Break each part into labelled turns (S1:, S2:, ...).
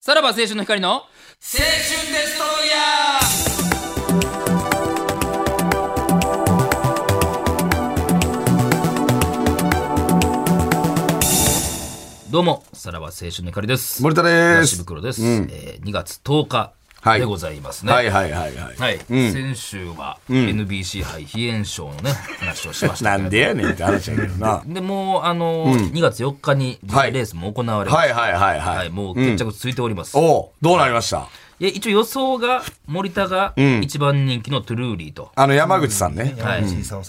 S1: さらば青春の光の青春デストロイヤーどうも、さらば青春の光です。
S2: 森田で
S1: 東
S2: す。
S1: 袋です。えー2月10日でございますね。
S2: はいはいはいはい。
S1: はい、先週は NBC 杯非炎症のね、話をしました
S2: な
S1: けど
S2: んでやねんって話やけ どな。
S1: でもうあのー2月4日に実際レースも行われまして
S2: はいはいはい
S1: は、
S2: はいい。
S1: もう決着ついております、い
S2: おうどうなりました
S1: や一応予想が森田が一番人気のトゥルーリーと、
S2: あの山口さんね。
S1: はい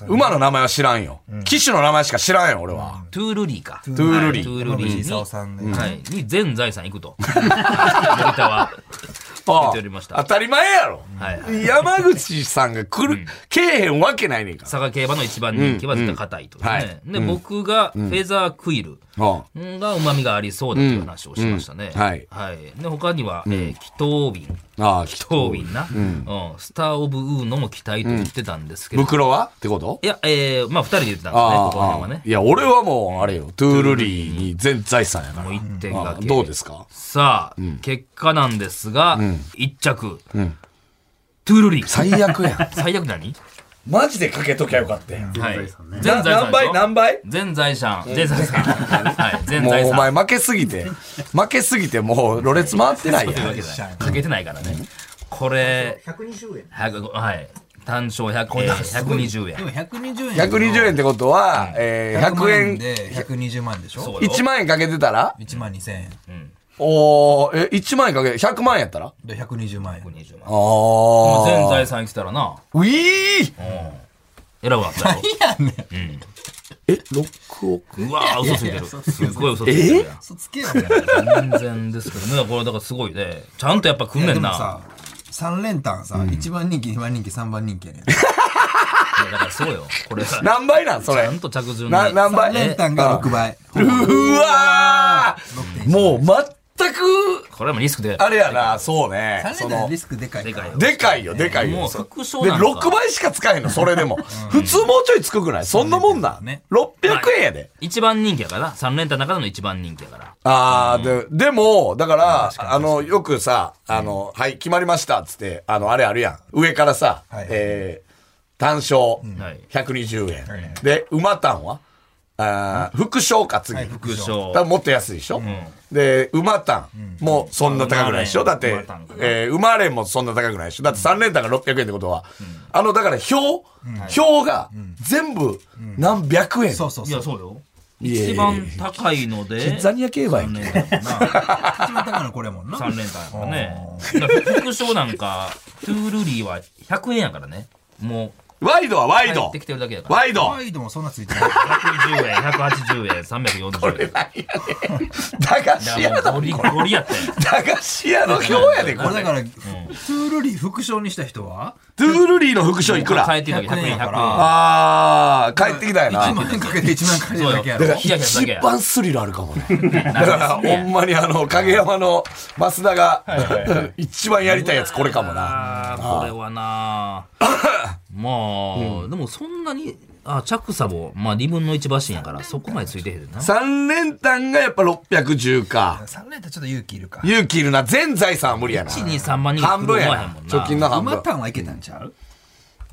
S2: 馬の名前は知らんよ。騎手の名前しか知らんよ、俺は。
S1: トゥールリーかトゥ
S2: ゥールリー
S1: トゥールリーに,、
S3: 山口功さんね
S1: はい、に全財産いくと森田は
S2: ああ
S1: ておりました
S2: 当たり前やろ。
S1: はいは
S2: 山口さんが来る、けえへんわけないねんから。
S1: 佐賀競馬の一番人気は絶対硬いとですね、で、僕がフェザークイル、
S2: あ
S1: がうまみがありそうだという話をしましたね。
S2: うんはい
S1: で、他には、えー、祈祷瓶。
S2: ああ、
S1: 祈祷瓶な、うんスター・オブ・ウーノも期待と言ってたんですけど。
S2: 袋はってこと
S1: いや、えー、まあ、二人で言ってたんですね、ここら辺
S2: あ
S1: は
S2: あ
S1: ね。
S2: いや、俺はもう、あれよ、トゥールリーに全財産やか
S1: もう
S2: ら。
S1: 一点
S2: あ
S1: が
S2: あ
S1: け。
S2: どうですか
S1: さあ、結果なんですが、一着、トゥールリー。。
S2: 最悪やん
S1: 最悪何
S2: マジでかけときゃよかったやん。
S1: はい。
S2: な
S1: 全財産でしょ。
S2: 倍
S1: 全財産。全財 産。はい。全
S2: も
S1: 財
S2: うお
S1: 産。
S2: 前負けすぎて、負けすぎてもうろれつ回ってないや
S1: というわ
S2: ん。
S1: けでかけてないからね。これ、120円。はい。単勝100えー120円
S3: で。も120円
S2: 120円ってことは、えー、100
S3: 100円
S2: 円、
S3: で120万でし
S1: そ
S3: ょ
S1: うよ
S2: 1万円かけてたら
S3: 1万2000円
S2: おー、え、1万円かけて、100万円やったら
S3: で120万円
S1: 120
S2: あ
S1: 万。
S2: ー。
S1: 全財産来たらな、
S2: ういー
S1: 選ぶわけ だろ。
S2: え、6億
S1: うわぁ、嘘ついてる。すっごい嘘ついてるやん。
S3: 嘘つけよ
S1: 全然ですけどね、これだからすごいね。ちゃんとやっぱ来んね
S3: で
S1: ん
S3: も
S1: な。
S3: さ3連単さ1番人気2番人気3番人気やねん
S1: いやだからそうよ。これ、ちゃ
S2: 何倍なんそれ。
S1: んと着順に。
S2: な何倍
S3: 3連単が6倍
S2: うわーもう全く、
S1: これもリスクで。
S2: あれやな、そうね。
S3: 3
S2: そ
S3: 連単
S2: の
S3: リ、スクでかい
S1: で
S3: か
S1: からいよ。
S2: でかいよ、でかいよ。
S1: もう副賞
S2: で、
S1: なんか
S2: 6倍しか使えんの、それでも。普通もうちょいつくぐらいそんなもんなん
S3: ね。
S2: 600円やで。
S1: 一番人気やからな。三連単の中の一番人気やから。
S2: ああ、で、でも、だから、あの、よくさ、あの、はい、決まりました、っつって、あの、あれあるやん。上からさ、
S3: はい
S2: えー、単勝、
S1: はい
S2: 120円。
S3: い
S2: で、馬単はあー副賞か、次。
S3: はい
S2: だか
S3: 副
S1: 副賞。
S2: らもっと安いでしょ、で、馬単もそんな高くないでしょ、
S1: まあ
S2: だって
S1: 馬単か、な
S2: えー、馬連もそんな高くないでしょだって3連単が600円ってことは、あの、だから、表、表が全部何百円。
S3: そうそう
S1: い
S3: そ
S1: や、
S3: う
S1: そうよ。
S2: いやいや
S1: 一
S2: いや
S1: 番高いので。
S2: ザニア競馬やん
S1: 三
S2: け。
S1: 連単やもんな。
S3: 一番高いのこれやもんな
S1: 3連単やからね。だから副賞なんか、トゥールリーは100円やからね。も
S2: ワイドはワ
S1: う、
S2: イ
S1: 入っ
S2: ド
S1: てきてるだけやから。
S2: ワイド
S3: ワイドもそんなついて ない
S1: 110円、180円、340円。
S2: 駄菓子
S1: いや
S2: 屋
S1: もうゴ
S2: の
S1: リゴリやったよ。
S2: 駄菓子屋の表やでこ
S3: これ
S2: れ
S3: だからトゥールリー副賞にした人は
S2: トゥールリーの副賞いくら
S1: 変えてるだけ100
S3: 100
S1: 円、
S3: 円やから
S1: 100
S2: あー帰ってきたよな
S3: 1万円かけて1万かけてだけや
S1: そうよ
S3: ろ
S1: ヒヤヒヤするだけ
S2: 一
S1: や
S2: 番スリルあるかもねだ
S1: 円。
S2: からほんまにあの影山の増田が 一番やりたいやつこれかもな
S1: あーこれは なまあ、でもそんなに、あ、着差も、まあ2分の1馬身やから、そこまでついてへんな。
S2: 3連単がやっぱ610か
S3: 3連単ちょっと勇気いるか
S2: 勇気いるな全財産は無理やな
S1: 1、2、3万人が
S2: 半
S1: 来る
S2: 分
S1: 思
S2: や
S1: わへん
S2: な
S1: もんな。
S2: 貯金の半
S3: 馬
S2: 分
S3: 単はいけたんちゃう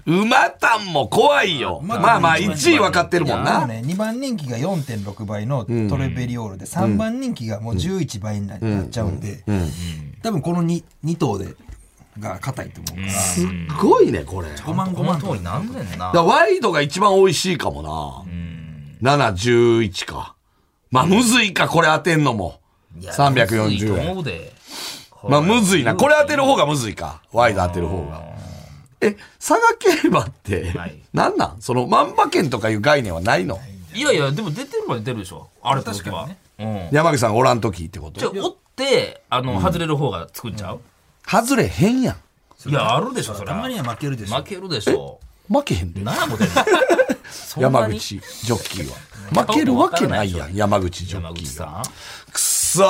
S2: 馬単も怖いよ
S3: 馬単
S2: まあまあ1位分かってるもん
S3: でも
S2: な
S3: ね、2番人気が4.6倍のトレベリオールで、3番人気がもう11倍になっちゃうんで、多分この 2, 2頭でが硬いと思うから、
S2: すっごいねこれ
S1: 5万5万通りなんねんな。
S2: だからワイドが一番美味しいかもな。7、11か。まあ、むずいか、これ当てんのも。
S1: いやむずいと
S2: 340円。
S1: 思うで。
S2: まあ、むずいな。これ当てる方がむずいか。ワイド当てる方が。え、佐賀競馬って
S1: はい、
S2: なんなんその、万馬券とかいう概念はないの
S1: いやいや、でも出てるまで出るでしょ。あれ確かに。うん。
S2: 山口さんおらん時ってこ
S1: じゃあ
S2: と
S1: 折って、あの、外れる方がつくんちゃう、
S2: 外れへんやん。
S1: いや、あるでしょ、それ
S3: たまには負けるでしょ。
S1: 負けるでしょ。
S2: 負けへんで。
S1: 何や もてんのそんな
S2: 山
S1: に
S2: 口ジョッ キーは。負けるわけないやん、山口ジョ
S1: 山
S2: ッキ
S1: 口
S2: ーは。
S1: さ
S2: くっそ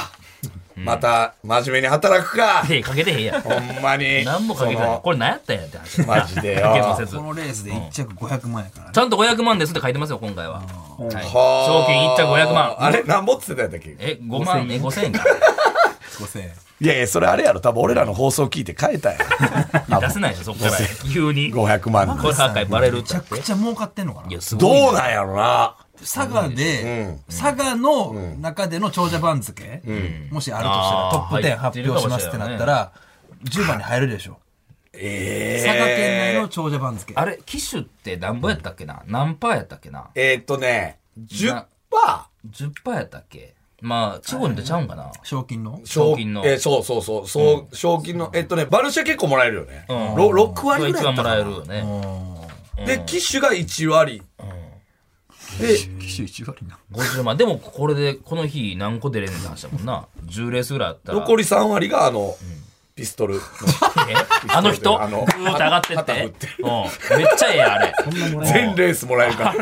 S2: ーまた、真面目に働くか
S1: ん。手かけてへんやん。
S2: ほんまに。
S1: 何もかけて
S2: そ
S1: な
S2: の
S1: い。これ何やったんやって話。
S2: マ ジでよ
S1: かけもせず
S3: このレースで1着500万やから、ね
S1: ちゃんと500万ですって書いてますよ、今回は。はい、
S2: はあ
S1: 賞金1着500万。
S2: あれ、何ぼっつってたんだっけ
S1: え、5万、え、5000円か。
S3: 5000円
S2: いやいや、それあれやろ。多分俺らの放送聞いて変えたやん。
S1: や出せ ないでしょ、そっから。急に。こ
S2: 500万
S1: れ破壊バレるっ
S3: めち
S1: て
S3: ゃ。くちゃ儲かってんのか
S1: い
S3: な
S1: や、すごい
S2: どう
S1: ね。
S2: なんやろな。
S3: 佐賀で、佐賀の中での長者番付、もしあるとしたら
S1: あー
S3: トップ10発表しますってなったら、10番に入るでしょ、
S2: え
S3: 佐賀県内の長者番付
S1: あれ、機種って何本やったっけな何パーやったっけな
S2: えーっとね、10%
S1: な ?10 パーやったっけまあ、地方に出ちゃうんかな
S3: 賞金の
S1: 賞金の
S2: えーそうそうそう。そう、賞金の、えーっとね、バルシャ結構もらえるよね。
S1: うん
S2: ろ6割ぐらい
S1: 一
S2: や
S1: 番
S2: った
S1: も
S2: から
S1: え
S2: な
S1: るよね。
S2: で、機種が1割。で、
S3: 機種1割な
S1: 50万。でも、これで、この日何個出れんねんって話だもんな。10レースぐらいあったら。
S2: 残り3割があの、ピストル。
S1: えあの人
S2: あの
S1: ぐーっと上がってっ
S2: 肩振ってて。
S1: うん。めっちゃええやんあれ。
S2: 全レースもらえるから。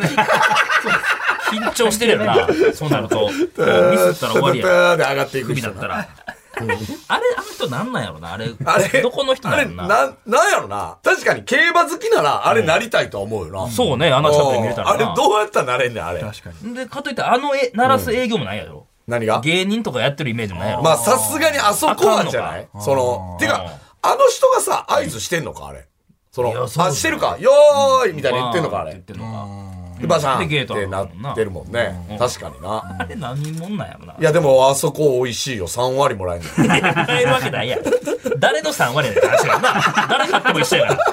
S1: 緊張してるよな。そうなると。もう ミスったら終わりや。
S2: で上がっていく
S1: 首
S2: 人
S1: だったら。あれ、あの人なんなんやろな。あれ、
S2: あれ
S1: どこの人
S2: あ
S1: な
S2: れ、
S1: ん
S2: な
S1: やろ
S2: ん、
S1: な。
S2: なんやろな。確かに競馬好きなら、あれなりたいとは思うよな。
S1: そうね、あの近くで見れた
S2: あ
S1: ら
S2: れ
S1: な。
S2: どうやったらなれんねん、あれ。
S3: 確かに
S1: で、かといって、あのえ、鳴らす営業もないやろ。
S2: 何が
S1: 芸人とかやってるイメージもないやろ。
S2: まあ、さすがにあそこはじゃないその、てか、あの人がさ、合図してんのか、あれ。そ
S1: い
S2: の、
S1: やそうだ
S2: あ、
S1: よ
S2: してるか、よーいみたいに言ってんのか、あ
S1: 言っ
S2: れ。
S1: てんのか。
S2: で、バシャ
S1: でゲー
S2: ンっ
S1: トあ
S2: て
S1: るも
S2: なん
S1: な
S2: ってるもんね。確かにな。
S1: あれ何人もんなんやろな。
S2: いや、でも、あそこ美味しいよ。3割もらえるの。
S1: 買えるわけないやん。誰の3割やねんって話やからな。誰買っても一緒やから。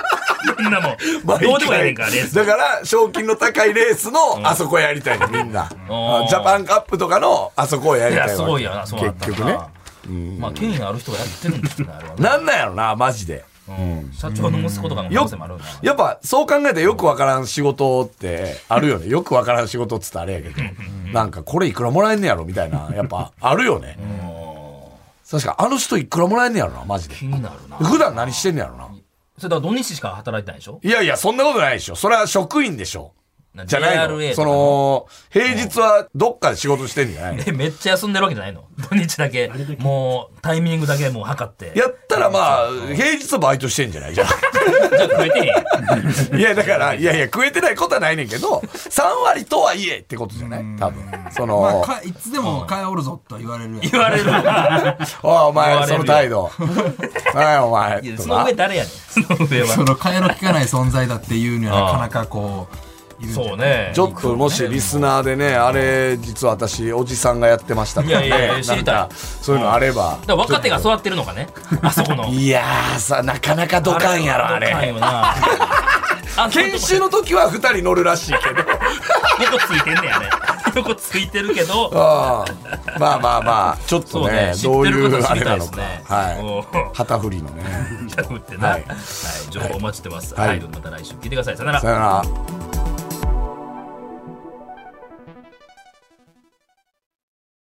S1: みんなも
S2: 毎
S1: う、
S2: 回
S1: どうでもやねんから、レース。
S2: だから、賞金の高いレースの、あそこやりたいの、みんな。
S1: うん
S2: あジャパンカップとかの、あそこをや
S1: い
S2: りたいわ
S1: や、
S2: け。
S1: すごいよな、そうなった
S2: 結
S1: ら
S2: 局ね。
S1: な。まあ、権威のある人がやってるんですよね、あれはね。
S2: なんなんやろな、マジで。
S1: うん社長の息子とかの可能性もあるよな。
S2: やっぱ、そう考えたらよくわからん仕事ってあるよね。よくわからん仕事っつったらあれやけど。なんか、これいくらもらえんねやろみたいな、やっぱ、あるよね。確か、あの人いくらもらえんねやろな、マジで。
S1: 気になるな。
S2: 普段何してんねやろな。
S1: それだから土日しか働いてないでしょ
S2: いやいや、そんなことないでしょ。それは職員でしょ。じゃないの。
S1: JRA
S2: その、平日はどっかで仕事してんじゃない の
S1: え、めっちゃ休んでるわけじゃないの土日だけ、もう、タイミングだけもう測って。
S2: やったらまあ、平日はバイトしてんじゃないじゃあ
S1: じゃあ食えてへんや ん。
S2: いや、だから、いやいや、食えてないことはないねんけど、3割とはいえってことじゃない多分。その、
S3: まあ、かいつでも買えおるぞとは言われるやん
S1: 言われるわ。
S2: おいお
S1: 言
S2: 前
S1: われる
S2: そ
S1: よ
S2: の 態度はいお前
S1: いや
S2: と
S1: その
S2: か
S1: 上誰やねん。その上
S3: そ
S1: は。
S3: の替えの利かない存在だっていうにはなかなかこう言う
S1: そうね。
S2: ちょっともしリスナーでねあれ実は私おじさんがやってましたとかね
S1: いやいやいや
S2: なんか
S1: 知りたい
S2: そういうのあれば
S1: だから若手が育ってるのかね。あそこの。
S2: いやーさなかなかドカンやろあ
S1: ドカン
S2: れ
S1: よ な。あ
S2: 研修の時は2人乗るらしいけど
S1: 横ついてんねんあれ。横ついてるけ ど。
S2: あーまあまあまあちょっ
S1: そ
S2: と
S1: うね
S2: ね。
S1: 知
S2: ど
S1: っ
S2: う
S1: て
S2: い
S1: る
S2: う
S1: こと
S2: あ
S1: 知り
S2: れ
S1: た
S2: ない
S1: で
S2: の
S1: す
S2: か
S1: ね。お
S2: はい
S1: ー
S2: 旗振りのね
S1: じゃあ打ってな。
S2: は
S1: はいい。情報お待ちしてます。
S2: はい
S1: はい。また来週聞いてください。さよなら
S2: さ。よなら